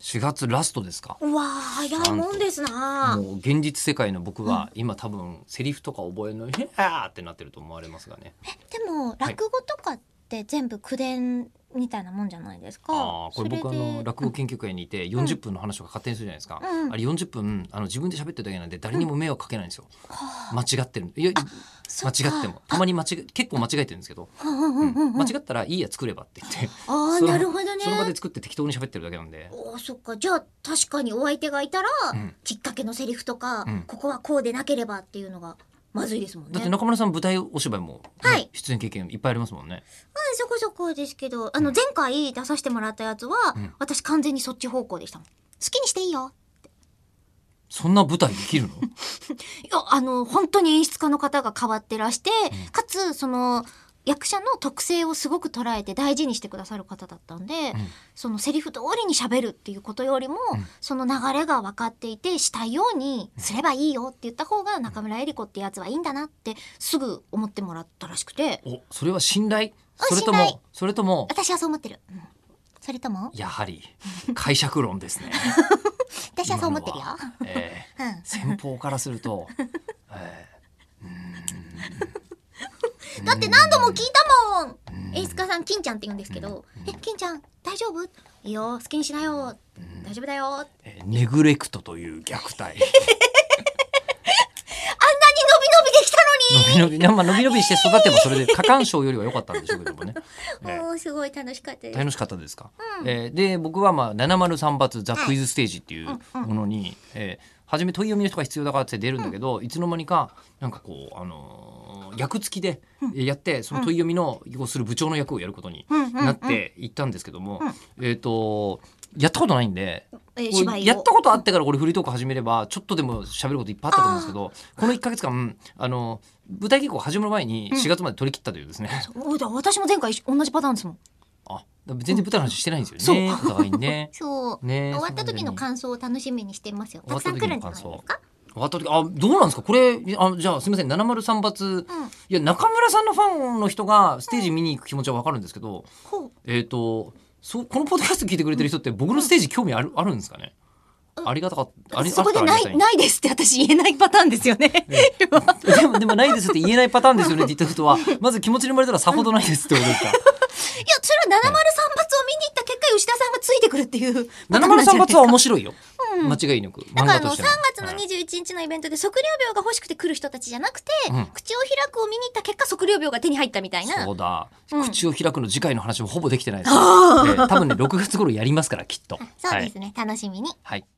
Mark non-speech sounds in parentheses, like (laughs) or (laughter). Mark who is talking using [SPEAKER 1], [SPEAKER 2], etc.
[SPEAKER 1] 4月ラストですか
[SPEAKER 2] うわー早いもんですな
[SPEAKER 1] もう現実世界の僕は今多分セリフとか覚え (laughs) ない「へーってなってると思われますがね
[SPEAKER 2] でも落語とかって全部口伝みたいなもんじゃないですか、
[SPEAKER 1] ああこれ僕あ
[SPEAKER 2] そで
[SPEAKER 1] の落語研究会にいて40分の話とか勝手にするじゃないですか、
[SPEAKER 2] うん
[SPEAKER 1] あれ40分あの自分で喋ってるだけなんで誰にも迷惑かけないんですよ、間違ってるいや間
[SPEAKER 2] そ
[SPEAKER 1] 違ってもたまに間違え結構間違えてるんですけど、
[SPEAKER 2] うんうんう
[SPEAKER 1] うん
[SPEAKER 2] んうん
[SPEAKER 1] 間違ったら「いいや作れば」って言って
[SPEAKER 2] あ
[SPEAKER 1] そ
[SPEAKER 2] あ
[SPEAKER 1] の
[SPEAKER 2] なるほどね
[SPEAKER 1] その場で作って適当に喋ってるだけなんで
[SPEAKER 2] おーそっかじゃあ確かにお相手がいたら、
[SPEAKER 1] うん
[SPEAKER 2] きっかけのセリフとか、
[SPEAKER 1] うん
[SPEAKER 2] ここはこうでなければっていうのがまずいですもんね
[SPEAKER 1] だって中村さん舞台お芝居も、ね
[SPEAKER 2] はい
[SPEAKER 1] 出演経験いっぱいありますもんね
[SPEAKER 2] まあそこそこですけどあの前回出させてもらったやつは、
[SPEAKER 1] うん
[SPEAKER 2] 私完全にそっち方向でしたもん好きにしていいよ
[SPEAKER 1] そんな舞台でき
[SPEAKER 2] (laughs)
[SPEAKER 1] るの
[SPEAKER 2] いやあの本当に演出家の方が変わってらして、かつその役者の特性をすごく捉えて大事にしてくださる方だったんで、
[SPEAKER 1] ん
[SPEAKER 2] そのセリフ通りに喋るっていうことよりも、その流れが分かっていてしたいようにすればいいよって言った方が中村江里子ってやつはいいんだなってすぐ思ってもらったらしくて
[SPEAKER 1] おそれは信頼それと
[SPEAKER 2] 信頼
[SPEAKER 1] もそれとも
[SPEAKER 2] 私はそう思ってる、うんそれとも
[SPEAKER 1] やはり解釈論です
[SPEAKER 2] (laughs)
[SPEAKER 1] ね
[SPEAKER 2] 私はそう思ってるよ
[SPEAKER 1] 今、のはえ
[SPEAKER 2] う
[SPEAKER 1] ー
[SPEAKER 2] ん、
[SPEAKER 1] 先方からすると、え
[SPEAKER 2] だって何度も聞いたもん演出家さん金ちゃんって言うんですけど「え金ちゃん大丈夫?」「いいよ好きにしなよ大丈夫だよ」あんなに
[SPEAKER 1] ーえーネグレクトという虐
[SPEAKER 2] (laughs)
[SPEAKER 1] 待
[SPEAKER 2] 伸び伸びできた
[SPEAKER 1] 伸び伸び、まあ、伸び伸びして育てばそれで過干渉よりは良かったんでしょうけどもね、え
[SPEAKER 2] のに、
[SPEAKER 1] ー
[SPEAKER 2] もうすごい楽しかったです。
[SPEAKER 1] 楽しかったですか、えーで僕は、まあ「703発ザ・クイズステージ」っていう
[SPEAKER 2] うんうん
[SPEAKER 1] ものに、えー初め問い読みの人が必要だからって出るんだけど、いつの間にかなんかこうあのー役付きでえーやって、その問い読みのをする部長の役をやることに
[SPEAKER 2] うんうんうん
[SPEAKER 1] なっていったんですけども、えっ、とやったことないんで。
[SPEAKER 2] えー
[SPEAKER 1] こう
[SPEAKER 2] 芝居を
[SPEAKER 1] やったことあってからこれフリートーク始めればちょっとでも喋ることいっぱいあったと思うんですけどこの1か月間あの舞台稽古始まる前に4月まで取り切ったというですね、
[SPEAKER 2] おだ私も前回同じパターンですもん。
[SPEAKER 1] あ全然舞台の話してないんです
[SPEAKER 2] そ
[SPEAKER 1] よ
[SPEAKER 2] う
[SPEAKER 1] ね、お互いにね。
[SPEAKER 2] そう、
[SPEAKER 1] ねえ
[SPEAKER 2] 終わった
[SPEAKER 1] そうなん
[SPEAKER 2] 時の
[SPEAKER 1] だよね
[SPEAKER 2] 感想を楽しみにしてますよ。
[SPEAKER 1] 終
[SPEAKER 2] た
[SPEAKER 1] わ
[SPEAKER 2] く
[SPEAKER 1] った
[SPEAKER 2] さ
[SPEAKER 1] 時
[SPEAKER 2] ん来る
[SPEAKER 1] の
[SPEAKER 2] ん
[SPEAKER 1] 感
[SPEAKER 2] じゃない
[SPEAKER 1] 想
[SPEAKER 2] ですか。
[SPEAKER 1] 終わった時あどうなんですかこれあじゃあすみません703発、
[SPEAKER 2] うん
[SPEAKER 1] いや中村さんのファンの人がステージ見に行く気持ちはわかるんですけど、
[SPEAKER 2] ほう
[SPEAKER 1] えっ、とそうこのポッドキャスト聞いてくれてる人って僕のステージ興味ある,、あるんですかね、ありがたかったあり
[SPEAKER 2] そこでな
[SPEAKER 1] あったらあ
[SPEAKER 2] い
[SPEAKER 1] りが
[SPEAKER 2] ないですって私言えないパターンですよね。今
[SPEAKER 1] たいでもでもないですって言えないパターンですよねって言ったことはまず気持ちに生まれたらさほどないですってこと
[SPEAKER 2] (laughs)
[SPEAKER 1] ですか
[SPEAKER 2] いやそれは703発を見に行った結果吉田さんがついてくるっていうパターンな
[SPEAKER 1] 703
[SPEAKER 2] んじゃないです
[SPEAKER 1] 発
[SPEAKER 2] か
[SPEAKER 1] は面白いよ、
[SPEAKER 2] うん
[SPEAKER 1] 間違いなく
[SPEAKER 2] だ
[SPEAKER 1] 漫
[SPEAKER 2] からあ
[SPEAKER 1] 画とし
[SPEAKER 2] の3
[SPEAKER 1] ても
[SPEAKER 2] 月の
[SPEAKER 1] はい
[SPEAKER 2] 21日のイベントで測量病が欲しくて来る人たちじゃなくて、
[SPEAKER 1] うん
[SPEAKER 2] 口を開くを見に行った結果測量病が手に入ったみたいな
[SPEAKER 1] そうだ、
[SPEAKER 2] うん
[SPEAKER 1] 口を開くの次回の話もほぼできてないです、えー多分ね6月頃やりますからきっと
[SPEAKER 2] そうですね、楽しみに
[SPEAKER 1] はいはい